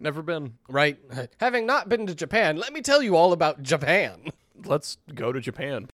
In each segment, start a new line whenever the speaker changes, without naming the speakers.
Never been.
right? Having not been to Japan, let me tell you all about Japan.
Let's go to Japan.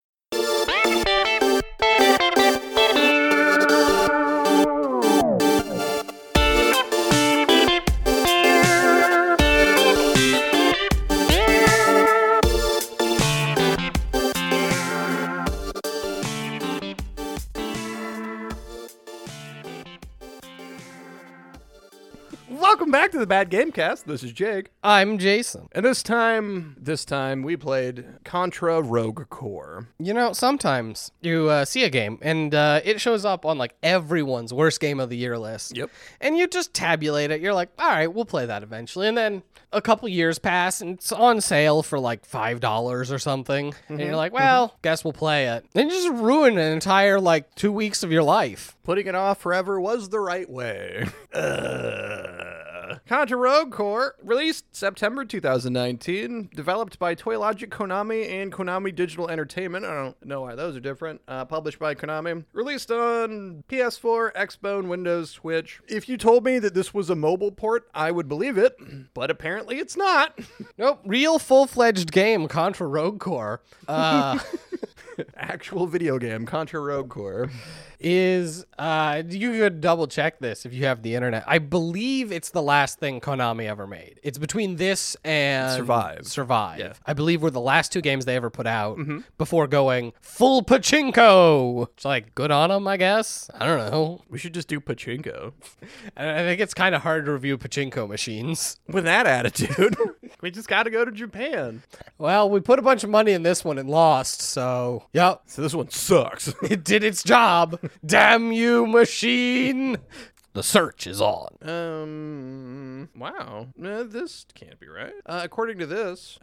Welcome back to the Bad Gamecast. This is Jake.
I'm Jason.
And this time, this time we played Contra Rogue Core.
You know, sometimes you uh, see a game and uh, it shows up on like everyone's worst game of the year list.
Yep.
And you just tabulate it. You're like, all right, we'll play that eventually. And then a couple years pass and it's on sale for like $5 or something. And you're like, well, guess we'll play it. And you just ruin an entire like two weeks of your life.
Putting it off forever was the right way. Ugh. Contra Rogue Core, released September 2019, developed by Toylogic Konami and Konami Digital Entertainment. I don't know why those are different. Uh, published by Konami, released on PS4, Xbone, Windows, Switch. If you told me that this was a mobile port, I would believe it, but apparently it's not.
Nope. Real full fledged game, Contra Rogue Core. Uh,
Actual video game, Contra Rogue Core.
is uh you could double check this if you have the internet. I believe it's the last thing Konami ever made. It's between this and
Survive.
Survive. Mm-hmm. I believe were the last two games they ever put out before going full pachinko. It's like good on them, I guess. I don't know.
We should just do pachinko.
And I think it's kind of hard to review pachinko machines.
With that attitude, we just got to go to Japan.
Well, we put a bunch of money in this one and lost, so yep,
So this one sucks.
it did its job. Damn you, machine. The search is on.
Um. Wow. Uh, this can't be right. Uh, according to this,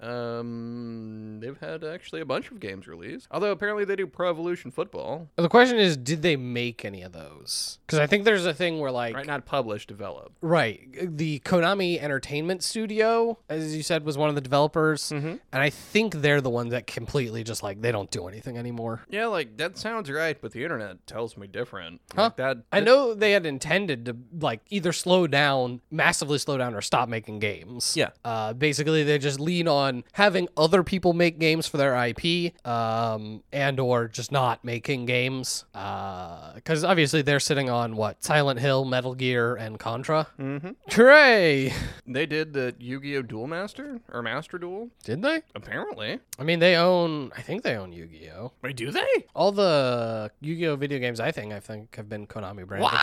um, they've had actually a bunch of games released. Although apparently they do Pro Evolution Football,
The question is, did they make any of those? Because I think there's a thing where, like,
right?
right,
Not published, developed.
the Konami Entertainment Studio, as you said, was one of the developers, and I think they're the ones that completely just like they don't do anything anymore.
Yeah, like that sounds right, but the internet tells me different. Like that.
I know they had intended to like either slow down, massively slow down, or stop making games.
Yeah.
Uh, basically, they just lean on having other people make games for their IP, um, and or just not making games. Because obviously, they're sitting on what Silent Hill, Metal Gear, and Contra. Mm-hmm. Hooray!
They did the Yu-Gi-Oh! Duel Master or Master Duel.
Did they?
Apparently,
I mean, they own. I think they own Yu-Gi-Oh.
wait, do they?
All the Yu-Gi-Oh video games, I think, I think have been Konami branded.
What?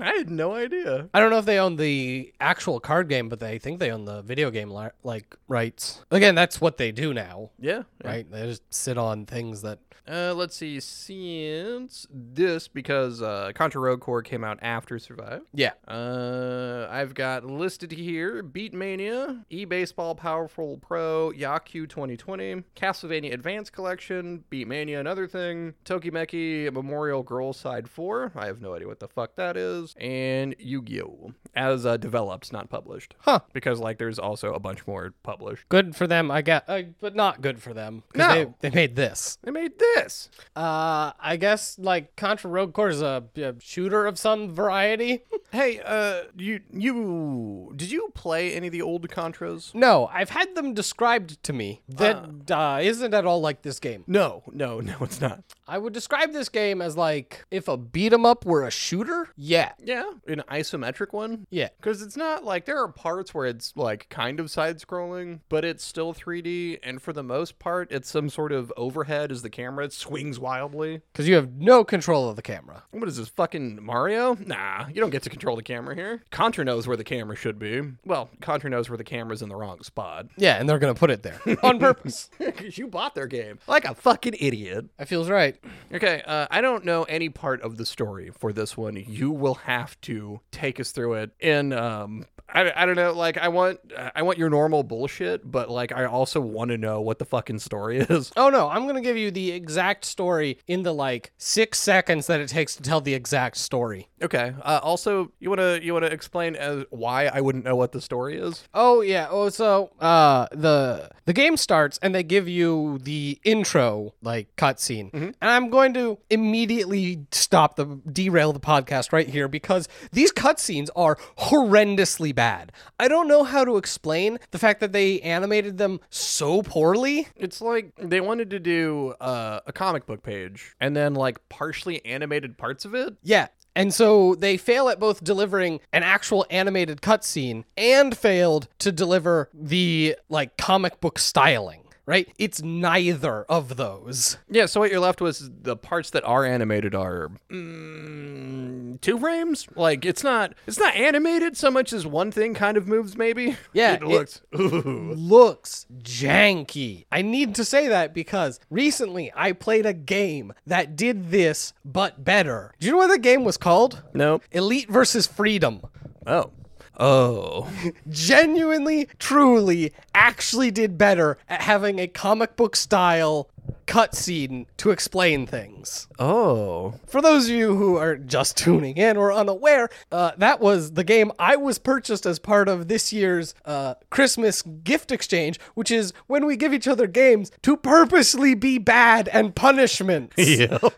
I had no idea.
I don't know if they own the actual card game, but they think they own the video game li- like rights. Again, that's what they do now,
Yeah. yeah.
right? They just sit on things that
Uh, let's see. Since this, because uh, Contra Rogue Core came out after Survive.
yeah.
Uh, I've got listed here Beatmania, eBaseball Powerful Pro, Yaku 2020, Castlevania Advance Collection, Beatmania Another Thing, Tokimeki Memorial Girl Side 4. I have no idea what the fuck that is. And Yu Gi Oh! As uh, developed, not published.
Huh.
Because, like, there's also a bunch more published.
Good for them, I guess, uh, but not good for them. 'cause
No.
they, they made this.
They made this.
Uh, I guess like Contra Rogue Core is a, a shooter of some variety.
Hey, uh, you you did you play any of the old Contras?
no, I've had them described to me that uh, isn't at all like this game.
No, no, no, it's not.
I would describe this game as like if a beat 'em up were a shooter. Yeah.
Yeah, an isometric one.
Yeah.
Because it's not like there are parts where it's like kind of side scrolling, but it's still 3D. And for the most part, it's some sort of overhead as the camera swings wildly.
Because you have no control of the camera.
What is this, fucking Mario? Nah, you don't get to control the camera here. Contra knows where the camera should be. Well, Contra knows where the camera's in the wrong spot.
Yeah, and they're going to put it there on purpose.
'Cause you bought their game like a fucking idiot.
That feels right.
Okay, uh, I don't know any part of the story for this one. You will have to take us through it. And um, I, I don't know. Like, I want I want your normal bullshit, but like, I also want to know what the fucking story is.
Oh no, I'm going to give you the exact story in the like six seconds that it takes to tell the exact story.
Okay. Uh, also, um, you wanna you wanna explain as why I wouldn't know what the story is?
Oh yeah. Oh, so uh, the the game starts and they give you the intro like cutscene, and I'm going to immediately stop the derail the podcast right here because these cutscenes are horrendously bad. I don't know how to explain the fact that they animated them so poorly.
It's like they wanted to do uh, a comic book page and then like partially animated parts of it.
Yeah. And so they fail at both delivering an actual animated cutscene and failed to deliver the like comic book styling, right? It's neither of those.
Yeah, so what you're left with is the parts that are animated are mm, two frames. Like it's not it's not animated so much as one thing kind of moves maybe.
Yeah,
it
it-
looks. ooh.
Looks janky. I need to say that because recently I played a game that did this but better. Do you know what the game was called?
Nope.
Elite versus Freedom.
Oh. Oh.
genuinely, truly, actually did better at having a comic book style cutscene to explain things.
Oh.
For those of you who are just tuning in or unaware, uh, that was the game I was purchased as part of this year's uh, Christmas gift exchange, which is when we give each other games to purposely be bad and punishments.
Yeah.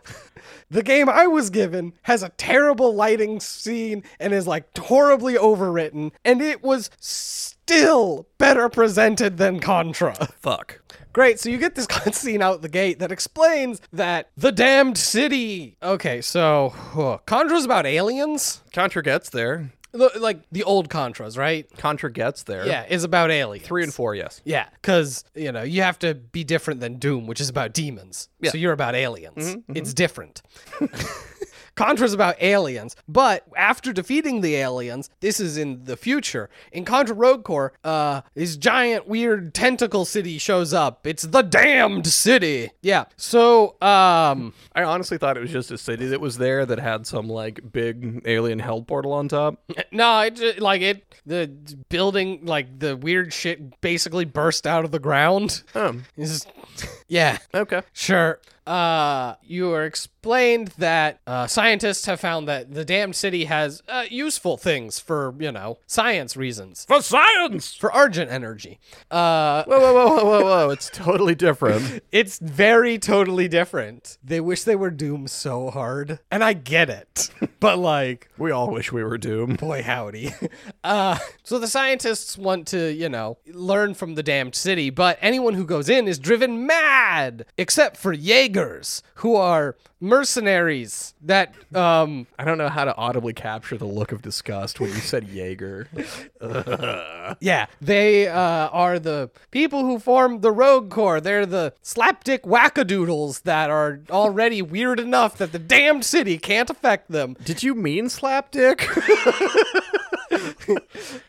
The game I was given has a terrible lighting scene and is like horribly overwritten, and it was still better presented than Contra.
Fuck.
Great, so you get this cutscene out the gate that explains that the damned city. Okay, so huh, Contra's about aliens,
Contra gets there.
The- like the old Contras, right?
Contra gets there.
Yeah, is about aliens.
Three and four, yes.
Yeah, because you know you have to be different than Doom, which is about demons. So you're about aliens. It's different. Contra's about aliens, but after defeating the aliens, this is in the future. In Contra Rogue Corps, uh, this giant weird tentacle city shows up. It's the damned city. Yeah. So, um,
I honestly thought it was just a city that was there that had some like big alien hell portal on top.
no, it ju- like it the building like the weird shit basically burst out of the ground.
Oh,
It's just- yeah.
okay.
Sure. Uh, you are explained that uh, scientists have found that the damned city has uh, useful things for, you know, science reasons.
For science.
For Argent energy. Uh,
Whoa, whoa, whoa, whoa, whoa, whoa! It's totally different.
it's very totally different. They wish they were doomed so hard. And I get it. but, like,
We all wish we were doomed.
boy howdy uh, so the scientists want to you know learn from the damned city but anyone who goes in is driven mad except for jaegers who are mercenaries that um
I don't know how to audibly capture the look of disgust when you said Jaeger.
yeah they uh, are the people who form the rogue corps they're the slapdick wackadoodles that are already weird enough that the damned city can't affect them
Did you mean slapdick?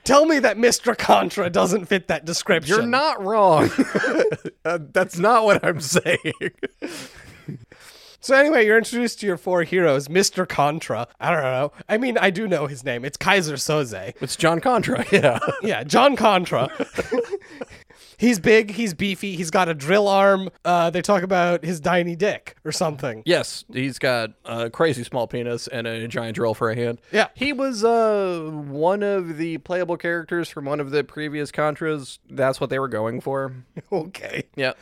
tell me that mr contra doesn't fit that description
You're not wrong. Uh, that's not what I'm saying.
So anyway, you're introduced to your four heroes, Mr. Contra. I don't know. I mean, I do know his name. It's Kaiser Soze.
It's John Contra. Yeah.
Yeah, John Contra. he's big, he's beefy, he's got a drill arm. Uh, they talk about his tiny dick or something.
Yes, he's got a crazy small penis and a giant drill for a hand.
Yeah.
He was uh one of the playable characters from one of the previous Contras. That's what they were going for.
Okay.
Yeah.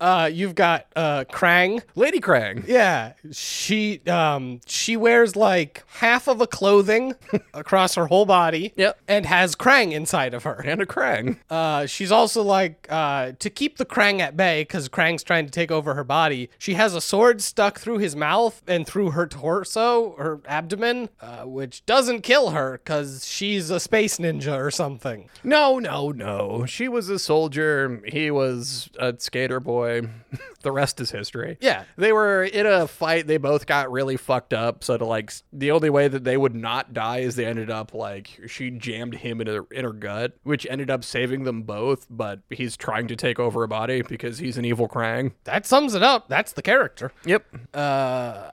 Uh, you've got uh, Krang.
Lady Krang.
Yeah, she um she wears like half of a clothing across her whole body.
Yep.
And has Krang inside of her.
And a Krang.
Uh, she's also like uh, to keep the Krang at bay because Krang's trying to take over her body. She has a sword stuck through his mouth and through her torso, her abdomen, uh, which doesn't kill her because she's a space ninja or something.
No, no, no. She was a soldier. He was a skater boy. the rest is history.
Yeah.
They were in a fight. They both got really fucked up. So to like, s- the only way that they would not die is they ended up like she jammed him in her in her gut, which ended up saving them both. But he's trying to take over a body because he's an evil Krang.
That sums it up. That's the character.
Yep.
Uh,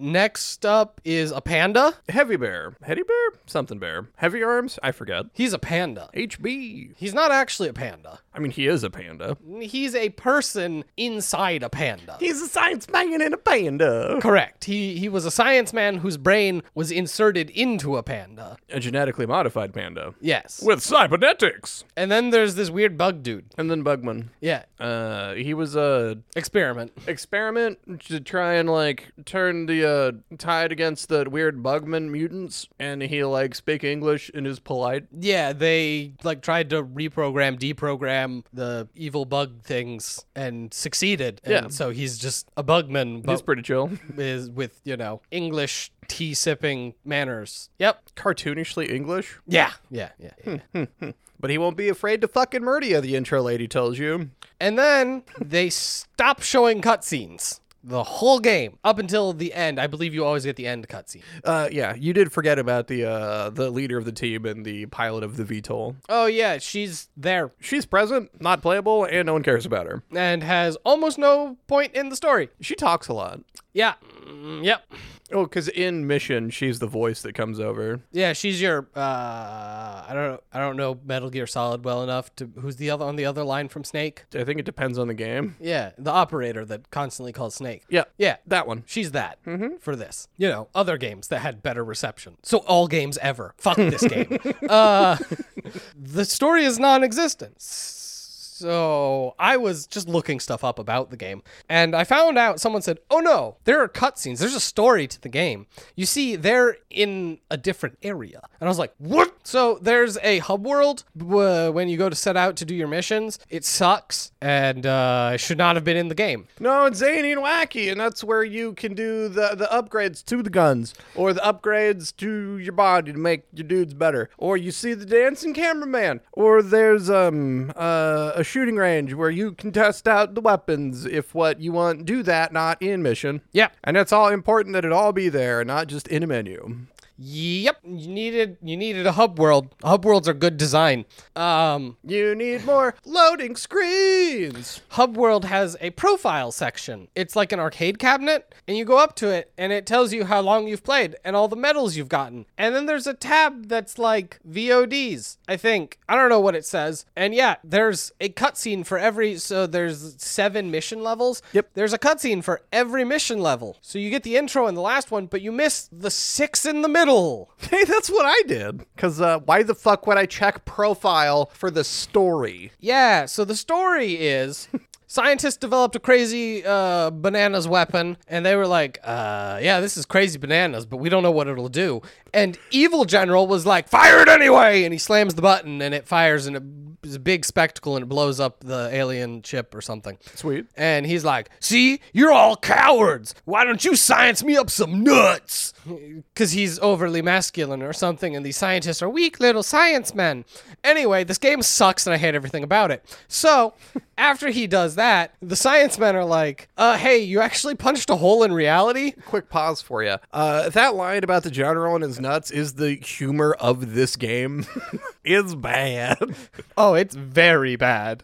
Next up is a panda.
Heavy Bear. Heady Bear? Something Bear. Heavy Arms? I forget.
He's a panda.
HB.
He's not actually a panda.
I mean, he is a panda.
He's a person inside a panda.
He's a science man and a panda.
Correct. He he was a science man whose brain was inserted into a panda.
A genetically modified panda.
Yes.
With cybernetics.
And then there's this weird bug dude.
And then Bugman.
Yeah.
Uh, he was a
Experiment.
experiment to try and like turn the uh, tide against the weird Bugman mutants, and he like speak English and is polite.
Yeah, they like tried to reprogram, deprogram the evil bug things and succeeded. And
Yeah.
So he's just a bugman,
He's
but
pretty chill.
is with you know English tea sipping manners. Yep.
Cartoonishly English,
Yeah. Yeah. Yeah. yeah.
but he won't be afraid to fucking murder you. The intro lady tells you.
And then they stop showing cutscenes the whole game up until the end. I believe you always get the end cutscene.
Uh, yeah, you did forget about the uh the leader of the team and the pilot of the VTOL.
Oh yeah, she's there
She's present, not playable, and no one cares about her.
and has almost no point in the story.
She talks a lot.
Yeah. Mm, yep.
Oh, because in Mission, she's the voice that comes over.
Yeah, she's your. Uh, I don't. know I don't know Metal Gear Solid well enough to. Who's the other on the other line from Snake?
I think it depends on the game.
Yeah, the operator that constantly calls Snake.
Yeah,
Yeah,
that one.
she's that for this. You know, other games that had better reception. So all games ever. Fuck this game. Uh, the story is non-existent. So I was just looking stuff up about the game, and I found out someone said, "Oh no, there are cutscenes. There's a story to the game. You see, they're in a different area." And I was like, "What?" So there's a hub world wh- when you go to set out to do your missions. It sucks, and uh, it should not have been in the game.
No, it's zany and wacky, and that's where you can do the, the upgrades to the guns, or the upgrades to your body to make your dudes better, or you see the dancing cameraman, or there's um uh, a shooting range where you can test out the weapons if what you want. Do that, not in Mission.
Yeah.
and it's all important that it all be there, not just in a menu.
Yep, you needed you needed a hub world. Hub worlds are good design. Um,
You need more loading screens.
hub world has a profile section. It's like an arcade cabinet, and you go up to it, and it tells you how long you've played and all the medals you've gotten. And then there's a tab that's like VODs. I think I don't know what it says. And yeah, there's a cutscene for every. So there's seven mission levels.
Yep.
There's a cutscene for every mission level. So you get the intro and the last one, but you miss the six in the middle.
Hey, that's what I did. Because uh, why the fuck would I check profile for the story?
Yeah, so the story is scientists developed a crazy uh, bananas weapon, and they were like, uh, yeah, this is crazy bananas, but we don't know what it'll do. And Evil General was like, fire it anyway! And he slams the button, and it fires, and it is a big spectacle, and it blows up the alien ship or something.
Sweet.
And he's like, see, you're all cowards. Why don't you science me up some nuts? Because he's overly masculine or something, and these scientists are weak little science men. Anyway, this game sucks and I hate everything about it. So, after he does that, the science men are like, uh, hey, you actually punched a hole in reality?
Quick pause for you. Uh, that line about the general and his nuts is the humor of this game. it's bad.
Oh, it's very bad.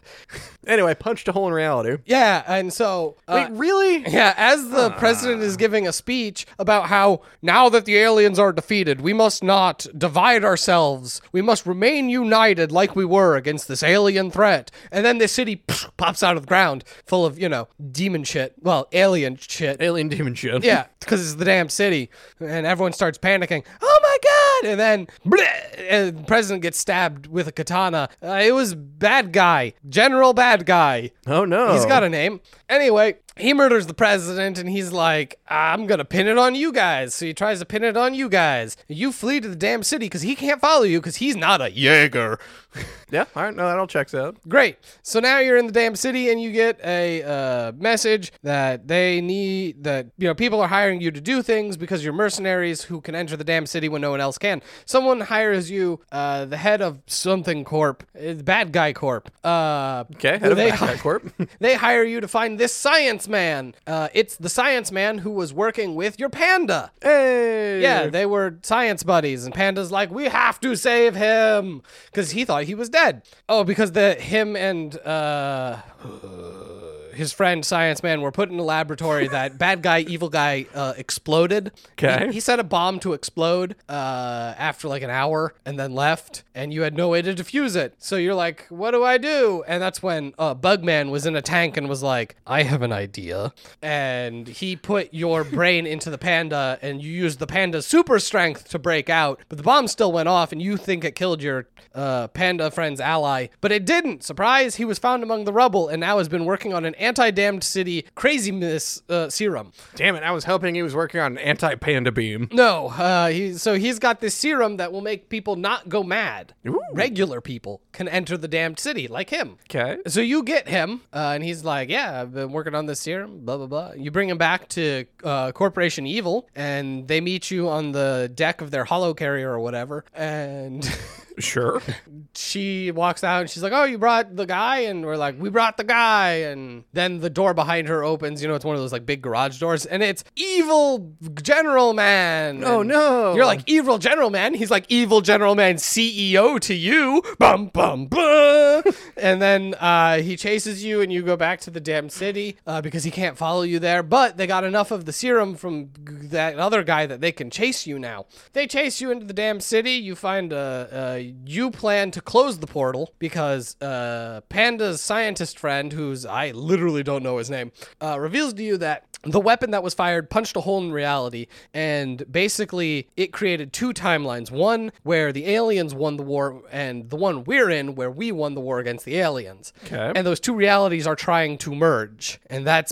anyway, punched a hole in reality.
Yeah, and so. uh,
Wait, really?
Yeah, as the president is giving a speech about how now that the aliens are defeated, we must not divide ourselves. We must remain united like we were against this alien threat. And then this city psh, pops out of the ground full of, you know, demon shit. Well, alien shit.
Alien demon shit.
Yeah, because it's the damn city, and everyone starts panicking. Oh my god! And then bleh, and the president gets stabbed with a katana. Uh, it was bad guy, general bad guy.
Oh no.
He's got a name. Anyway, he murders the president and he's like, I'm going to pin it on you guys. So he tries to pin it on you guys. You flee to the damn city because he can't follow you because he's not a Jaeger.
Yeah. All right. No, that all checks out.
Great. So now you're in the damn city and you get a uh, message that they need, that, you know, people are hiring you to do things because you're mercenaries who can enter the damn city when no one else can. Someone hires you, uh, the head of something corp, uh, bad guy corp. Uh,
Okay. Head of
they-
Backpack Corp.
they hire you to find this science man. Uh, it's the science man who was working with your panda.
hey.
Yeah, they were science buddies, and Panda's like, we have to save him because he thought he was dead. Oh, because the him and uh, his friend Science Man were put in a laboratory that bad guy, evil guy uh, exploded. He-
Okay.
He, set a bomb to explode uh, after like an hour and then left, and you had no way to defuse it. So you're like, what do I do? And that's when uh, Bugman was in a tank and was like, I have an idea. And he put your brain into the panda, and you used the panda's super strength to break out, but the bomb still went off, and you think it killed your uh, panda friend's ally, but it didn't. Surprise, he was found among the rubble and now has been working on an anti damned city craziness uh, serum.
Damn it, I was hoping he was working on an anti panda beam.
No, uh, he, so he's got this serum that will make people not go mad. Regular people can enter the damned city, like him.
Okay.
So you get him, uh, and he's like, "Yeah, I've been working on this serum." Blah blah blah. You bring him back to uh, Corporation Evil, and they meet you on the deck of their hollow carrier or whatever, and.
Sure.
she walks out and she's like, "Oh, you brought the guy," and we're like, "We brought the guy." And then the door behind her opens. You know, it's one of those like big garage doors, and it's evil General Man.
Oh,
And
no.
You're like evil General Man. He's like evil General Man CEO to you. Bum bum bum. and then uh, he chases you, and you go back to the damn city uh, because he can't follow you there. But they got enough of the serum from g- that other guy that they can chase you now. They chase you into the damn city. You find a, a you plan to close the portal because uh, Panda's scientist friend, who's I literally don't know his name, uh, reveals to you that the weapon that was fired punched a hole in reality, and basically it created two timelines: one where the aliens won the war, and the one we're in where we won the war against the aliens.
Okay.
And those two realities are trying to merge, and that's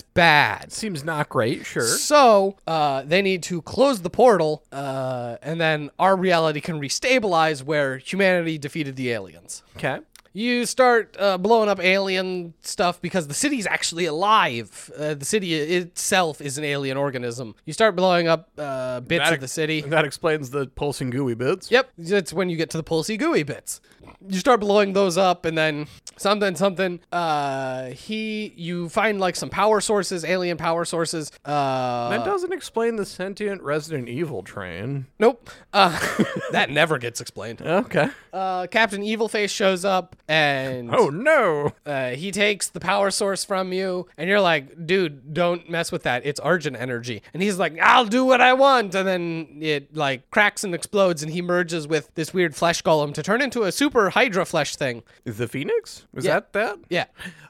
bad.
Seems not great, sure.
So uh, they need to close the portal, uh, and then our reality can restabilize where humanity defeated the aliens.
Okay.
You start uh, blowing up alien stuff because the city's actually alive. Uh, the city itself is an alien organism. You start blowing up uh, bits
That-
of the city.
That explains the pulsing gooey bits.
Yep, that's when you get to the pulsy gooey bits. You start blowing those up, and then something, something. Uh, he, you find like some power sources, alien power sources. Uh,
That doesn't explain the sentient Resident Evil train.
Nope. Uh, that never gets explained.
Okay.
Uh, Captain Evilface shows up and
Oh no.
uh, he takes the power source from you, and you're like, dude, don't mess with that. It's Argent energy. And he's like, I'll do what I want. And then it like cracks and explodes, and he merges with this weird flesh golem to turn into a super Hydra flesh thing.
The Phoenix? Is
Yeah.
that that?
Yeah.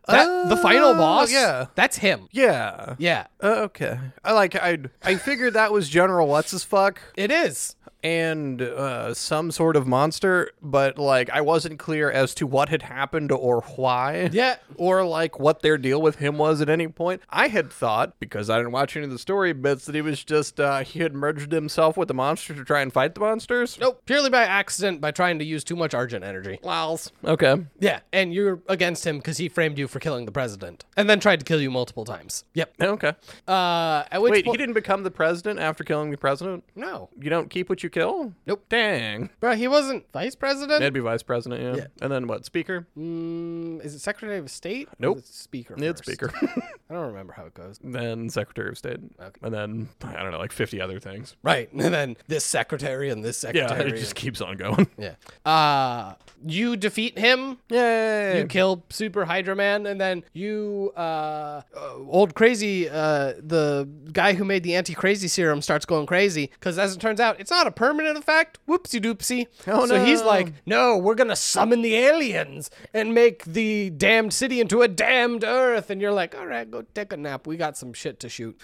That, the final
Oh,
boss?
yeah.
That's him.
Yeah.
Yeah.
Uh, okay. I like I I figured that was General What's his fuck
It is.
and uh, some sort of monster, but like I wasn't clear as to what had happened or why.
Yeah.
Or like what their deal with him was at any point. I had thought because I didn't watch any of the story bits that he was just uh, he had merged himself with the monster to try and fight the monsters.
Nope. Purely by accident by trying to use too much Argent energy.
Lols. Okay.
Yeah, and you're against him because he framed you for killing the president, and then tried to kill you multiple times. Yep.
Okay.
Uh, at which
Wait, he
point,
didn't become the president after killing the president?
no,
You don't keep what you kill?
Nope.
Dang.
bro, he wasn't vice president.
That'd be vice president, yeah. And then what? Speaker?
Mm, is it secretary of state? Or
Nope.
is it speaker.
It's
first?
speaker.
I don't remember how it goes.
then secretary of state. And then I don't know, like 50 other things.
Right, and then this secretary and this
Yeah,
secretary.
it just keeps on going.
and- yeah. Uh, you defeat him.
Yay.
You kill Super Hydra Man, and then you, uh, uh, old crazy, uh, the guy who made the anti crazy serum starts going crazy because, as it turns out, it's not a permanent effect. Whoopsie doopsie.
Oh,
so he's
no.
like, no, we're gonna summon the aliens and make the damned city into a damned earth. And you're like, all right, go take a nap. We got some shit to shoot.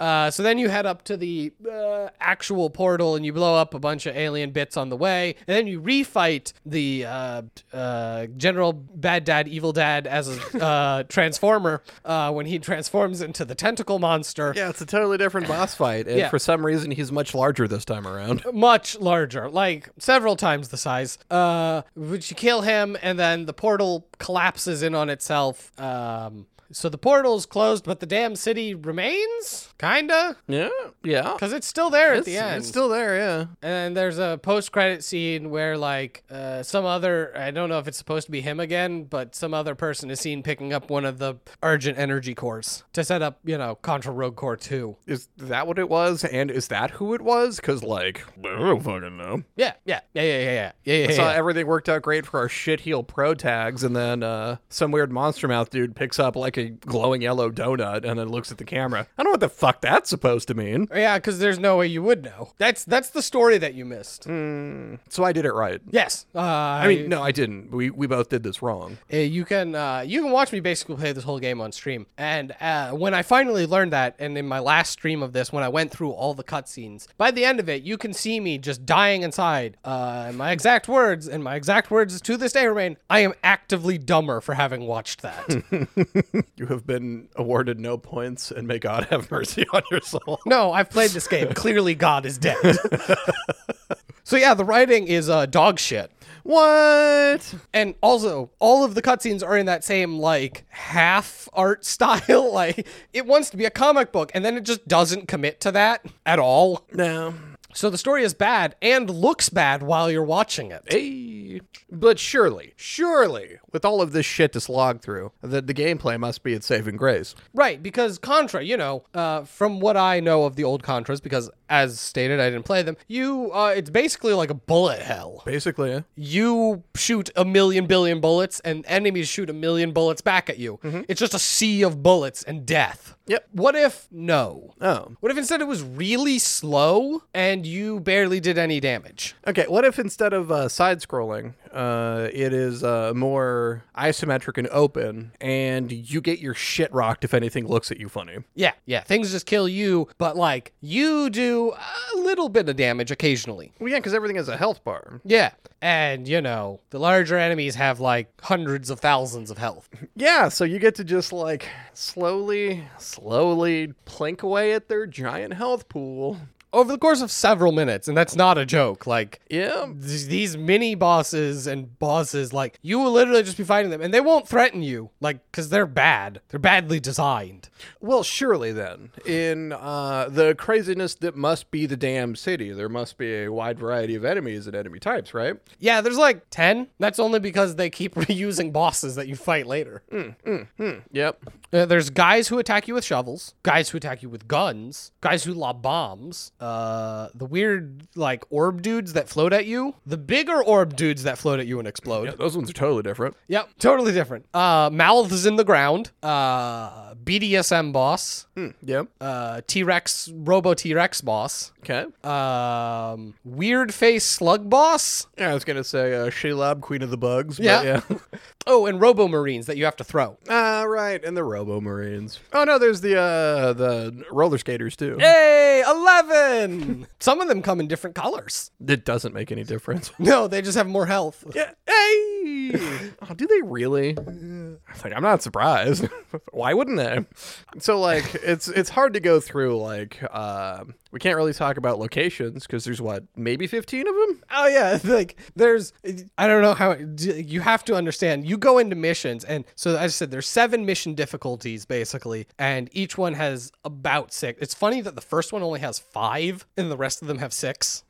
Uh, so then you head up to the uh, actual portal and you blow up a bunch of alien bits on the way. And then you refight the uh, uh, General Bad Dad, Evil Dad as a uh, transformer uh, when he transforms into the tentacle monster.
yeah, it's a totally different boss fight. And
Yeah.
for some reason, he's much larger this time around.
much larger, like several times the size. Uh, which you kill him, and then the portal collapses in on itself. Um, so the portal's closed, but the damn city remains, kinda,
Yeah. Yeah.
because it's still there at the
It's-
end.
It's still there, yeah.
And there's a post-credit scene where, like, uh, some other—I don't know if it's supposed to be him again, but some other person is seen picking up one of the urgent energy cores to set up, you know, Contra Rogue Core Two.
Is that what it was? And is that who it was? Because, like, I don't fucking know.
Yeah, yeah, yeah, yeah, yeah, yeah, yeah. yeah,
So
yeah.
everything worked out great for our shit heel pro tags, and then uh, some weird monster mouth dude picks up like a a glowing yellow donut and then looks at the camera. I don't know what the fuck that's supposed to mean.
Yeah, because there's no way you would know. That's that's the story that you missed.
So I did it right.
Yes. Uh,
Mm. I mean, no, I didn't. We we both did this wrong.
Uh, you can uh, you can watch me basically play this whole game on stream. And uh, when I finally learned that, and in my last stream of this, when I went through all the cutscenes, by the end of it, you can see me just dying inside. Uh, and my exact words, and my exact words to this day remain: I am actively dumber for having watched
Hmm.
that.
You have been awarded no points, and may God have mercy on your soul.
no, I've played this game. Clearly, God is dead. so yeah, the writing is uh, dog shit.
What?
And also, all of the cutscenes are in that same like half art style. like it wants to be a comic book, and then it just doesn't commit to that at all.
No.
So the story is bad and looks bad while you're watching it.
Hey. But surely, surely, with all of this shit to slog through, the, the gameplay must be its saving grace.
Right, because Contra, you know, uh, from what I know of the old Contras, because as stated, I didn't play them. You, uh, it's basically like a bullet hell.
Basically, eh?
You shoot a million billion bullets, and enemies shoot a million bullets back at you. It's just a sea of bullets and death.
Yep.
What if no?
Oh.
What if instead it was really slow and you barely did any damage?
Okay, what if instead of uh, side scrolling, uh, it is uh, more isometric and open, and you get your shit rocked if anything looks at you funny?
Yeah, yeah, things just kill you, but like you do a little bit of damage occasionally.
Well, yeah, because everything has a health bar.
Yeah, and you know, the larger enemies have like hundreds of thousands of health.
Yeah, so you get to just like slowly, slowly plink away at their giant health pool.
Over the course of several minutes, and that's not a joke, like
Yeah.
th- these mini bosses and bosses, like you will literally just be fighting them and they won't threaten you, like, because they're bad. They're badly designed.
Well, surely then, in uh, the craziness that must be the damn city, there must be a wide variety of enemies and enemy types, right?
Yeah, there's like 10. That's only because they keep reusing bosses that you fight later.
Yep.
Uh, there's guys who attack you with shovels, guys who attack you with guns, guys who lob bombs, uh, the weird, like, orb dudes that float at you, the bigger orb dudes that float at you and explode. Yep,
Those ones are totally different.
totally different. Uh, mouths in the ground, uh, BDSM boss,
Yep.
uh, T Rex, Robo T Rex boss,
Okay.
um, weird face slug boss.
Yeah, I was gonna say uh, Shelob, Queen of the Bugs. but
Yeah.
yeah.
Oh, and Robo Marines that you have to throw.
Ah, right, and the Robo Marines. Oh no, there's the uh the roller skaters too.
Hey, 11! Some of them come in different colors.
It doesn't make any difference.
No, they just have more health.
Yeah. Hey. oh, do they really? I Like, I'm not surprised. Why wouldn't they? So like, it's it's hard to go through. Like, uh, we can't really talk about locations because there's what maybe 15 of them.
Oh yeah, like there's I don't know how you have to understand. You go into missions and so as I said there's seven mission difficulties basically and each one has about six. It's funny that the first one only has 5 and the rest of them have 6.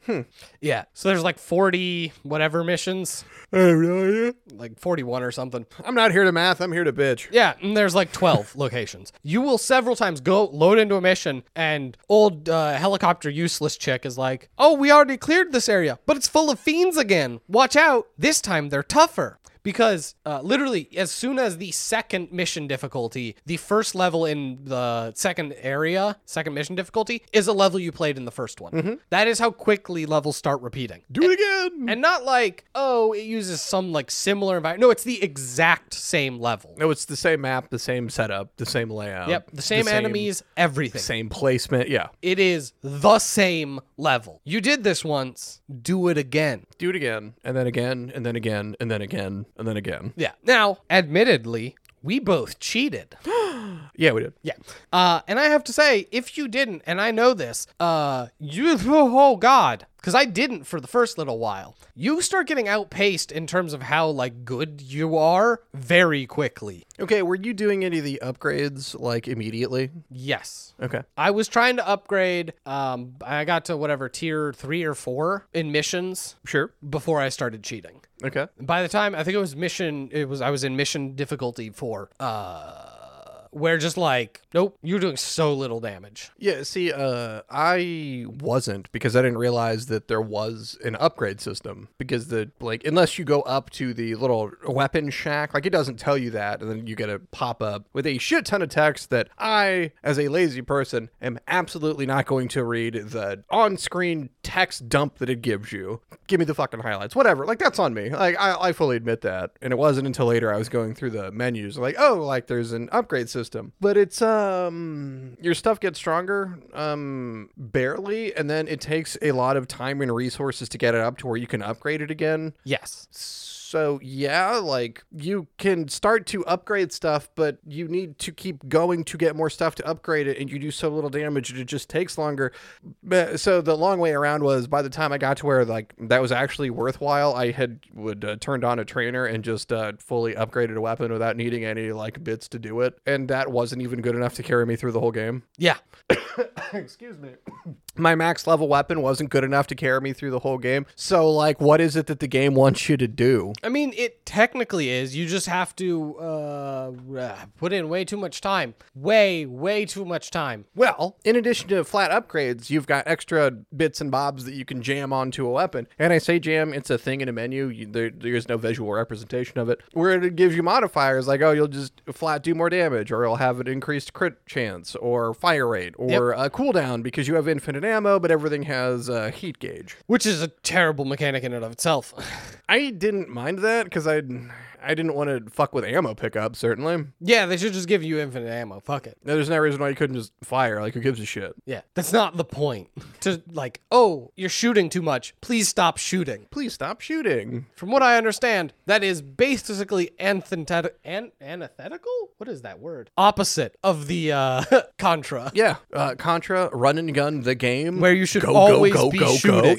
Yeah. So there's like 40 whatever missions,
Oh really?
like 41 or something.
I'm not here to math. I'm here to bitch.
Yeah, and there's like 12 locations. You will several times go load into a mission, and old uh, helicopter useless chick is like, Oh, we already cleared this area, but it's full of fiends again. Watch out. This time they're tougher. Because uh, literally, as soon as the second mission difficulty, the first level in the second area, second mission difficulty, is a level you played in the first one. That is how quickly levels start repeating.
Do it again.
And not like, oh, it uses some like similar environment. No, it's the exact same level.
No, it's the same map, the same setup, the same layout.
Yep, the same enemies, everything.
same placement. Yeah.
It is the same level. You did this once, do it again.
do it again and then again and then again and then again and then again
Yeah. Now, admittedly, we both cheated.
yeah we did
Yeah. Uh, and I have to say, if you didn't, and I know this, uh, you, oh God, because I didn't for the first little while, you start getting outpaced in terms of how like good you are very quickly.
okay were you doing any of the upgrades like immediately
Yes.
okay
I was trying to upgrade. Um, I got to whatever tier three or four in missions
sure
before I started cheating.
okay
By the time I think it was mission, it was I was in mission difficulty four. Uh, where just like, nope, you're doing so little damage.
Yeah, see, uh, I wasn't because I didn't realize that there was an upgrade system. Because the like, unless you go up to the little weapon shack, like it doesn't tell you that, and then you get a pop up with a shit ton of text that I, as a lazy person, am absolutely not going to read the on screen text dump that it gives you. Give me the fucking highlights, whatever. Like that's on me. Like I, I fully admit that, and it wasn't until later I was going through the menus, like oh, like there's an upgrade system, but it's um your stuff gets stronger um barely, and then it takes a lot of time and resources to get it up to where you can upgrade it again.
Yes.
So yeah, like you can start to upgrade stuff, but you need to keep going to get more stuff to upgrade it, and you do so little damage that it just takes longer. But, so the long way around was by the time I got to where like that was actually worthwhile, I had would uh, turned on a trainer and just uh, fully upgraded a weapon without needing any like bits to do it, and that wasn't even good enough to carry me through the whole game.
Yeah.
Excuse me. My max level weapon wasn't good enough to carry me through the whole game. So like, what is it that the game wants you to do?
I mean, it technically is. You just have to uh, uh, put in way too much time. Way, way too much time.
Well, in addition to flat upgrades, you've got extra bits and bobs that you can jam onto a weapon. And I say jam, it's a thing in a menu. You, there, there's no visual representation of it. Where it gives you modifiers like, oh, you'll just flat do more damage, or you'll have an increased crit chance, or fire rate, or a cooldown because you have infinite ammo, but everything has a heat gauge.
Which is a terrible mechanic in and of itself.
I didn't mind that because I, I didn't want to fuck with ammo pickup, certainly.
yeah, they should just give you infinite ammo. Fuck it.
There's no reason why you couldn't just fire. Like, who gives a shit?
Yeah, that's not the point. to like, oh, you're shooting too much. Please stop shooting.
Please stop shooting.
From what I understand, that is basically antithetical. An- antithetical? What is that word? Opposite of the uh, Contra,
Yeah, uh, Contra, run and gun, the game
where you should always be shooting.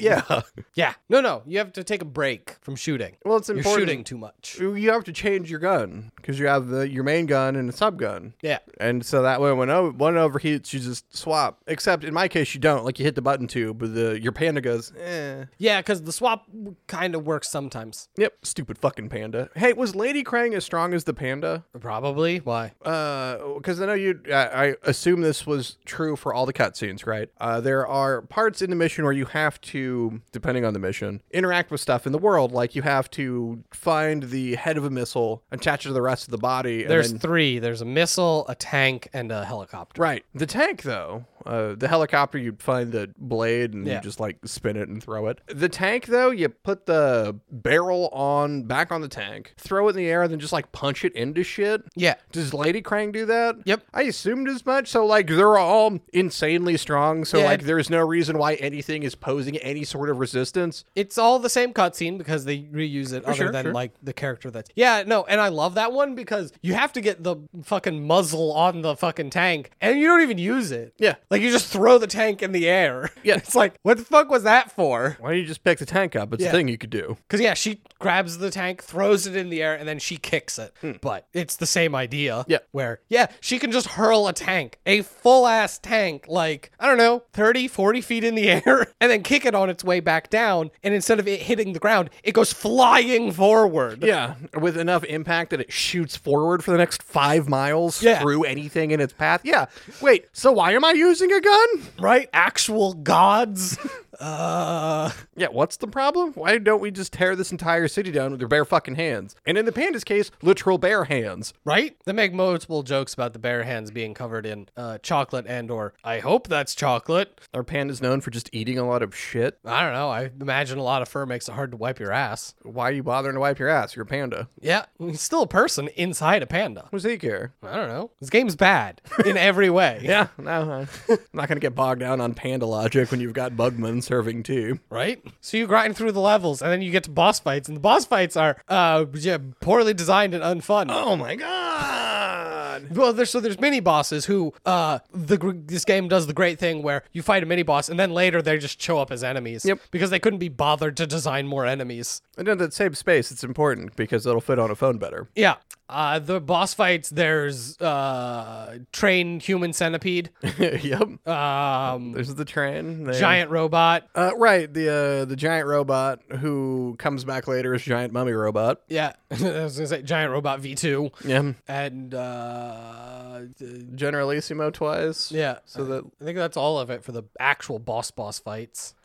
Yeah,
yeah. No, no, you have to take a break from shooting.
Well, it's
you're
important.
shooting too much.
you have to change your gun because you have the your main gun and a sub gun.
Yeah.
And so that way, when o- one overheats, you just swap. Except in my case, you don't. Like you hit the button too, but the your panda goes. Eh.
Yeah, because the swap kind of works sometimes.
Yep. Stupid fucking panda. Hey, was Lady Krang as strong as the panda?
Probably. Why?
because Uh, I know you. I, I assume this was true for all the cutscenes, right? Uh, there are parts in the mission where you have to, depending on the mission, interact with stuff in the world. Like you have to find the head of a missile, attach it to the rest of the body. And
There's
then,
three. There's a missile, a tank, and a helicopter.
right the tank though. Uh, the helicopter, you find the blade and
Yeah.
you just like spin it and throw it. The tank though, you put the barrel on back on the tank, throw it in the air, and then just like punch it into shit.
Yeah.
Does Lady Krang do that?
Yep.
I assumed as much. So like they're all insanely strong. So
Yeah.
like there's no reason why anything is posing any sort of resistance.
It's all the same cutscene because they reuse it other
sure,
than
sure.
like the character that's Yeah, no, and I love that one because you have to get the fucking muzzle on the fucking tank and you don't even use it.
Yeah.
Like you just throw the tank in the air.
Yeah.
It's like, what the fuck was that for?
Why don't you just pick the tank up? It's
Yeah.
a thing you could do.
Cuz yeah, she grabs the tank, throws it in the air and then she kicks it. But it's the same idea.
Hmm. Yeah.
Where yeah, she can just hurl a tank, a full ass tank like, I don't know, 30, 40 feet in the air and then kick it on its way back down and instead of it hitting the ground, it goes flying forward.
Yeah, with enough impact that it shoots forward for the next five miles
Yeah.
through anything in its path. Yeah. Wait. So why am I using a gun?
right? Actual gods. uh,
Yeah. What's the problem? Why don't we just tear this entire city down with our bare fucking hands? And in the panda's case, literal bare hands.
right? They make multiple jokes about the bare hands being covered in uh, chocolate and or I hope that's chocolate.
Our panda's known for just eating a lot of shit.
I don't know. I imagine a lot of fur makes it hard to wipe your ass.
Why are you bothering to wipe your ass? You're a panda.
Yeah, he's still a person inside a panda.
What does he care?
I don't know. This game's bad in every way.
Yeah, no, I'm not gonna get bogged down on panda logic when you've got Bugman serving tea.
right? So you grind through the levels, and then you get to boss fights, and the boss fights are uh, yeah, poorly designed and unfun.
Oh my god!
Well, there's so there's mini bosses who uh the gr- this game does the great thing where you fight a mini boss and then later they just show up as enemies.
Yep.
Because they couldn't be bothered to design more enemies.
And in that same space, it's important because it'll fit on a phone better.
Yeah. Uh, the boss fights, there's uh, train human centipede,
yep. Oh,
um,
There's the train. There.
giant robot.
Uh, right. The uh, the giant robot who comes back later as giant mummy robot.
Yeah, I was gonna say giant robot V2,
Yeah.
and uh, d-
Generalissimo twice.
yeah.
So that
I think that's all of it for the actual boss boss fights.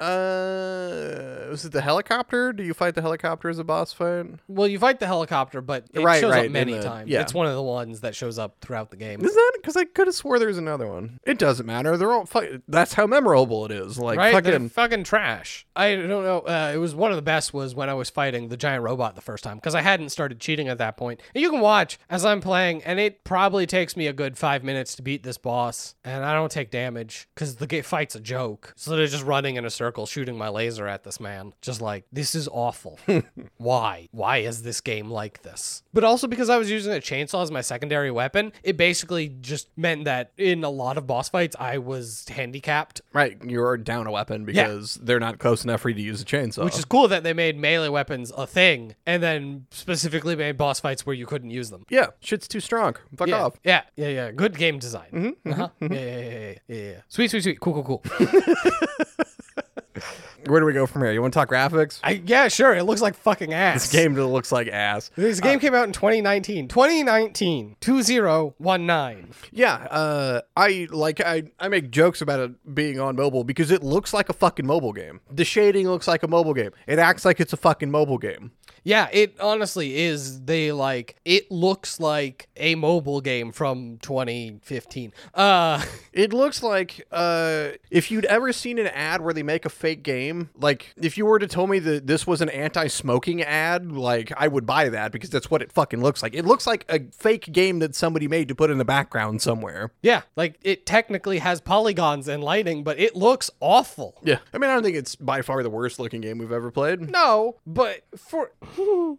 uh, was it the helicopter? Do you fight the helicopter as a boss fight?
Well, you fight the helicopter, but it
Right,
shows
right,
up
in
many
the-
times.
yeah.
It's one of the ones that shows up throughout the game.
Is that because I could have swore there was another one? It doesn't matter. They're all fu- that's how memorable it is. Like
Right, they're
fucking
fucking trash. I don't know. Uh, it was one of the best was when I was fighting the giant robot the first time because I hadn't started cheating at that point. And you can watch as I'm playing, and it probably takes me a good five minutes to beat this boss, and I don't take damage because the ga- fight's a joke. So they're just running in a circle, shooting my laser at this man, just like this is awful. Why? Why is this game like this? But also because I was using a chainsaw as my secondary weapon, it basically just meant that in a lot of boss fights I was handicapped.
right. You're down a weapon because they're not close enough for you to use a chainsaw.
Which is cool that they made melee weapons a thing and then specifically made boss fights where you couldn't use them.
yeah, shit's too strong. Fuck
Yeah.
off. Mm-hmm,
Yeah. Yeah. Yeah. Good game design. Uh-huh. Yeah, yeah, yeah, yeah, yeah, yeah, yeah. Sweet, sweet, sweet. Cool, cool, cool.
Where do we go from here? You want to talk graphics?
I, yeah, sure. It looks like fucking ass.
This game uh, looks like ass.
This game came out in 2019. 2019. 2019.
Yeah, uh, I like I, I make jokes about it being on mobile because it looks like a fucking mobile game. The shading looks like a mobile game. It acts like it's a fucking mobile game.
Yeah, it honestly is. They like it looks like a mobile game from 2015. Uh,
It looks like uh, if you'd ever seen an ad where they make a fake game, like if you were to tell me that this was an anti-smoking ad, like I would buy that because that's what it fucking looks like. It looks like a fake game that somebody made to put in the background somewhere.
yeah, like it technically has polygons and lighting, but it looks awful.
Yeah, I mean I don't think it's by far the worst looking game we've ever played.
No, but for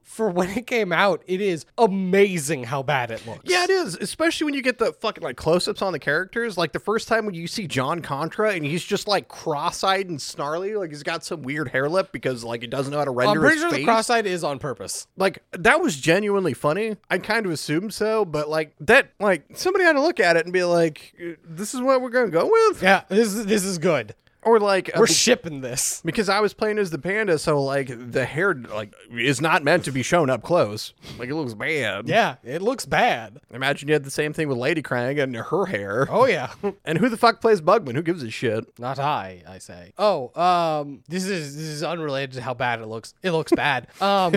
for when it came out, it is amazing how bad it looks.
Yeah, it is. Especially when you get the fucking like close-ups on the characters. Like the first time when you see John Contra and he's just like cross-eyed and snarly, like he's got some weird hair lip because like it doesn't know how to render
I'm pretty
his
sure the
face.
cross-eyed is on purpose.
like that was genuinely funny. I kind of assumed so, but like that, like somebody had to look at it and be like, "This is what we're gonna go with,"
Yeah, this is this is good.
or like
We're shipping this.
because I was playing as the panda, so like the hair like is not meant to be shown up close. Like it looks bad.
Yeah, it looks bad.
Imagine you had the same thing with Lady Krang and her hair.
Oh yeah.
And who the fuck plays Bugman? Who gives a shit?
Not I, I say. Oh, um, this is this is unrelated to how bad it looks. It looks bad. Um,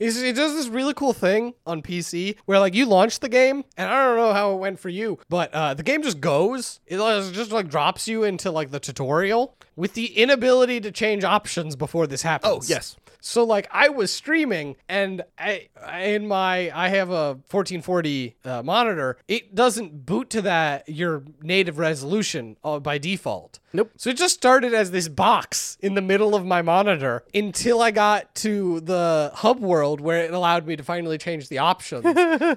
it's, it does this really cool thing on PC where like you launch the game, and I don't know how it went for you, but uh, the game just goes. It like, just like drops you into like the tutorial with the inability to change options before this happens.
Oh, yes.
So like I was streaming and I I- in my I have a 1440 uh, monitor. It doesn't boot to that your native resolution uh, by default.
Nope.
So it just started as this box in the middle of my monitor until I got to the hub world where it allowed me to finally change the options.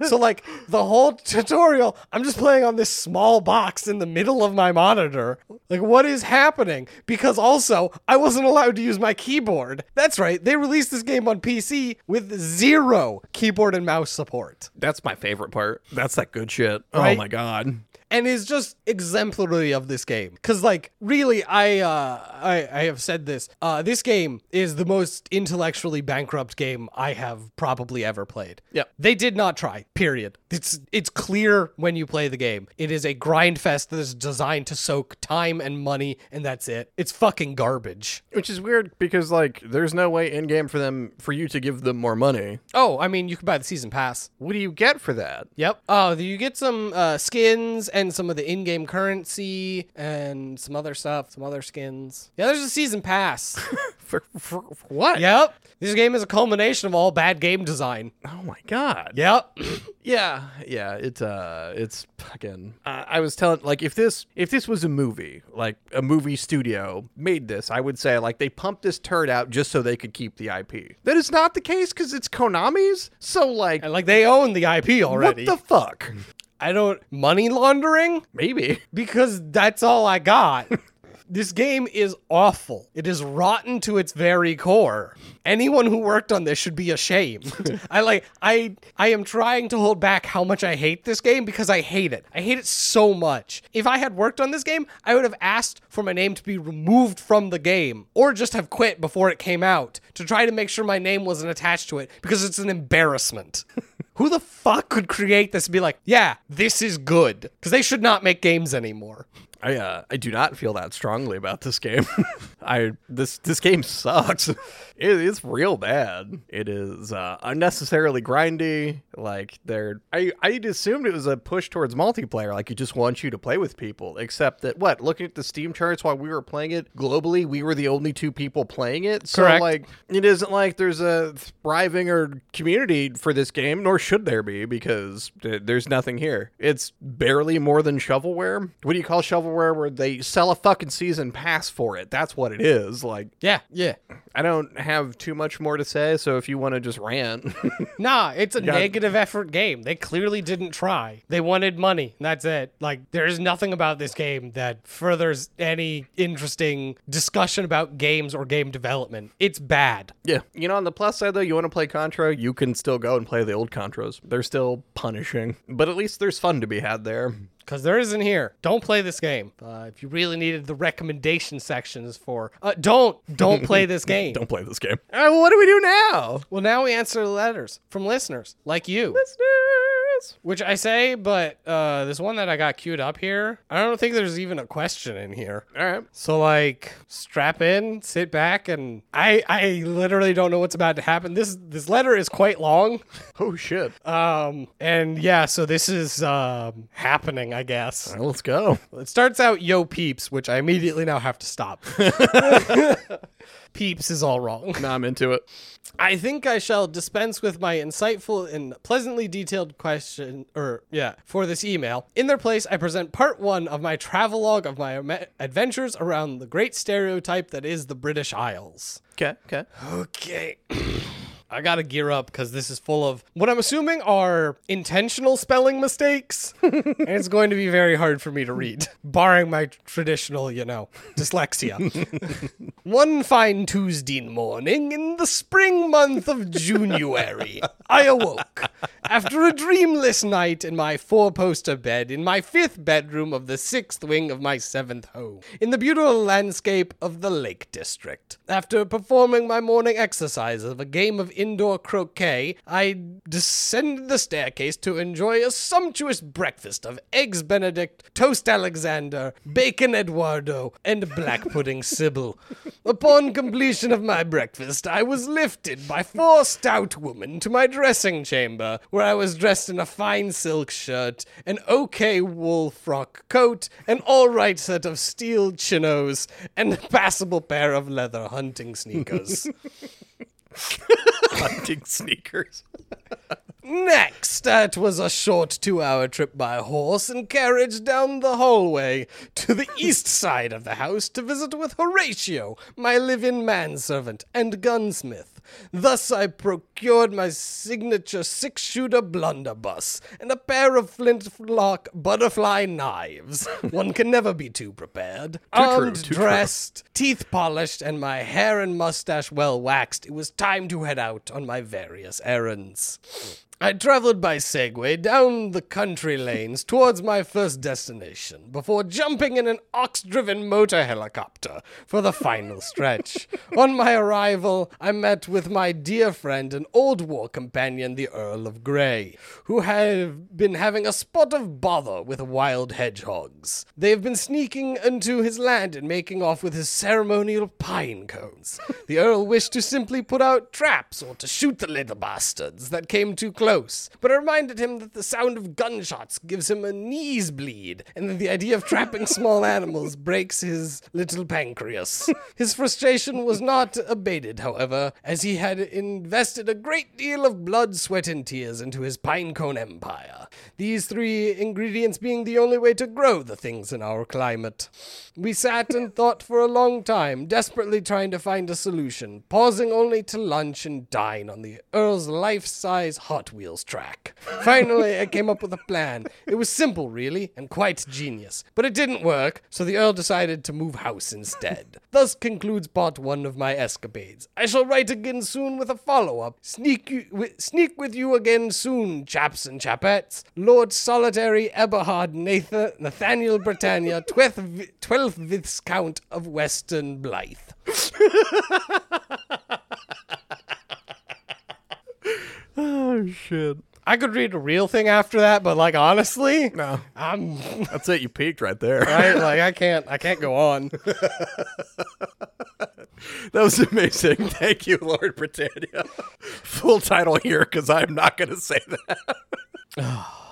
so like the whole tutorial, I'm just playing on this small box in the middle of my monitor. Like what is happening? Because also I wasn't allowed to use my keyboard. That's right. They released this game on PC with zero keyboard and mouse support.
That's my favorite part. That's that good shit. Oh
Right?
my god.
and is just exemplary of this game because like really i uh i i have said this uh this game is the most intellectually bankrupt game i have probably ever played
Yep.
they did not try period it's it's clear when you play the game it is a grind fest that is designed to soak time and money and that's it it's fucking garbage
Which is weird because like there's no way in game for them for you to give them more money.
oh i mean you could buy the season pass
What do you get for that?
Yep. Oh, you get some uh, skins and some of the in-game currency and some other stuff, some other skins. Yeah, there's a season pass.
For, for, for what?
yep. This game is a culmination of all bad game design.
Oh my god.
Yep.
Yeah, yeah, it's uh, it's fucking. Uh, I was telling like if this if this was a movie, like a movie studio made this, I would say like they pumped this turd out just so they could keep the IP. That is not the case because it's Konami's. So like,
and like they own the IP
what
already.
the fuck?
I don't money laundering
Maybe
because that's all I got. This game is awful. It is rotten to its very core. Anyone who worked on this should be ashamed. I like I I am trying to hold back how much I hate this game because I hate it. I hate it so much. If I had worked on this game, I would have asked for my name to be removed from the game or just have quit before it came out to try to make sure my name wasn't attached to it because it's an embarrassment. Who the fuck could create this and be like, yeah, this is good? Because they should not make games anymore.
I uh, I do not feel that strongly about this game. I this this game sucks. It, it's real bad. It is uh, unnecessarily grindy. Like they're I I assumed it was a push towards multiplayer. Like it just wants you to play with people. Except that what looking at the Steam charts while we were playing it globally, we were the only two people playing it. So
Correct.
like it isn't like there's a thriving or community for this game, nor should there be because th- there's nothing here. It's barely more than shovelware. What do you call shovelware where they sell a fucking season pass for it? That's what it is. Like
Yeah, yeah.
I don't have too much more to say, so if you want to just rant,
Nah, it's a negative effort game. They clearly didn't try. They wanted money. and That's it. Like, there is nothing about this game that furthers any interesting discussion about games or game development. It's bad.
yeah. You know, on the plus side though, you want to play Contra, you can still go and play the old Contras. They're still punishing, but at least there's fun to be had there.
Because there isn't here. Don't play this game. Uh, if you really needed the recommendation sections for, uh, don't, don't play this game.
Don't play this game. All right, well, Uh, what do we do now?
Well, now we answer the letters from listeners like you.
Listeners.
Which I say, but uh, this one that I got queued up here, I don't think there's even a question in here.
All right.
So like, strap in, sit back, and I I literally don't know what's about to happen. This this letter is quite long,
Oh shit.
um, and yeah, so this is um, happening, I guess.
Well, let's go.
It starts out yo peeps, which I immediately now have to stop. peeps is all wrong.
Now I'm into it.
I think I shall dispense with my insightful and pleasantly detailed question, or yeah, for this email. In their place, I present part one of my travelogue of my ama- adventures around the great stereotype that is the British Isles.
Okay. Okay.
Okay. I gotta gear up because this is full of what I'm assuming are intentional spelling mistakes. and it's going to be very hard for me to read, barring my traditional, you know, dyslexia. One fine Tuesday morning in the spring month of January, I awoke after a dreamless night in my four poster bed in my fifth bedroom of the sixth wing of my seventh home, in the beautiful landscape of the Lake District. After performing my morning exercise of a game of indoor croquet, I descended the staircase to enjoy a sumptuous breakfast of eggs Benedict, toast Alexander, bacon Eduardo, and black pudding Sybil. Upon completion of my breakfast, I was lifted by four stout women to my dressing chamber, where I was dressed in a fine silk shirt, an okay wool frock coat, an all right set of steel chinos, and a passable pair of leather hunting sneakers.
Hunting sneakers.
Next, it was a short two hour trip by horse and carriage down the hallway to the east side of the house to visit with Horatio, my live in manservant and gunsmith. Thus, I procured my signature six shooter blunderbuss and a pair of flintlock butterfly knives. One can never be too prepared. Armed,
too true.
dressed, teeth polished, and my hair and mustache well waxed, it was time to head out on my various errands. I traveled by Segway down the country lanes towards my first destination before jumping in an ox driven motor helicopter for the final stretch. On my arrival, I met with my dear friend and old war companion, the Earl of Grey, who have been having a spot of bother with wild hedgehogs. They have been sneaking into his land and making off with his ceremonial pine cones. The Earl wished to simply put out traps or to shoot the little bastards that came too close, but I reminded him that the sound of gunshots gives him a kneesbleed, and that the idea of trapping small animals breaks his little pancreas. His frustration was not abated, however, as he had invested a great deal of blood, sweat, and tears into his pinecone empire. These three ingredients being the only way to grow the things in our climate. We sat and thought for a long time, desperately trying to find a solution, pausing only to lunch and dine on the Earl's life size Hot Wheels track. Finally, I came up with a plan. It was simple, really, and quite genius. But it didn't work, so the Earl decided to move house instead. Thus concludes part one of my escapades. I shall write again soon with a follow up. Sneak, you, wi- sneak with you again soon, chaps and chapettes. Lord Solitary Eberhard Nathan, Nathaniel Britannia, 12th, vi- 12th Viscount of Western Blythe.
Oh shit.
I could read a real thing after that, but like honestly,
No,
I'm
that's it. You peaked right there.
right. Like I can't, I can't go on.
That was amazing. Thank you, Lord Britannia. Full title here because I'm not going to say that.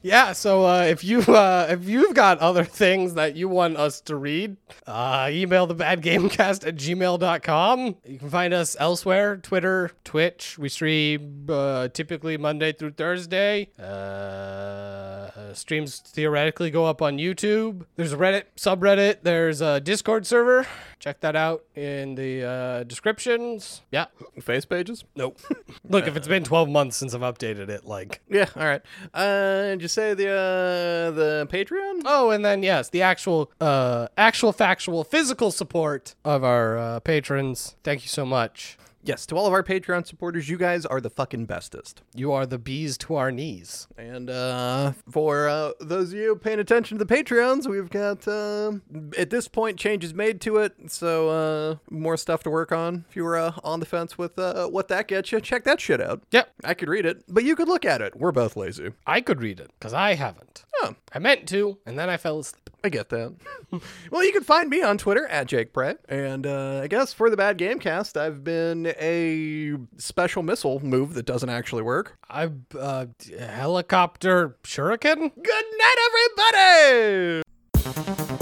Yeah, so uh, if you uh, if you've got other things that you want us to read, uh, email the badgamecast at gmail.com. You can find us elsewhere, Twitter, Twitch. We stream uh, typically Monday through Thursday. Uh, streams theoretically go up on YouTube. There's a Reddit subreddit. There's a Discord server. Check that out in the uh, descriptions. Yeah.
Face pages?
Nope. Look, if it's been 12 months since I've updated it, like
Yeah. All right. Uh, did you say the uh, the Patreon?
Oh, and then yes, the actual, uh, actual factual physical support of our uh, patrons. Thank you so much.
Yes. To all of our Patreon supporters, you guys are the fucking bestest.
You are the bees to our knees.
And uh, for uh, those of you paying attention to the Patreons, we've got uh, at this point changes made to it, so uh, more stuff to work on. If you were uh, on the fence with uh, what that gets you, check that shit out.
Yep,
I could read it, but you could look at it. We're both lazy.
I could read it because I haven't.
Oh.
I meant to, and then I fell asleep.
I get that. well, you can find me on Twitter at Jake Pratt. And uh, I guess for the Bad Gamecast, I've been a special missile move that doesn't actually work.
I uh, helicopter shuriken.
Good night, everybody!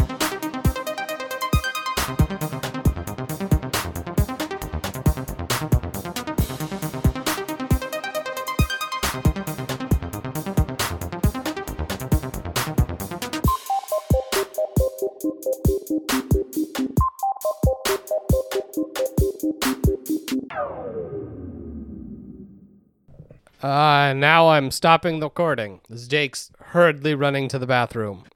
Uh, now I'm stopping the recording. This is Jake's hurriedly running to the bathroom.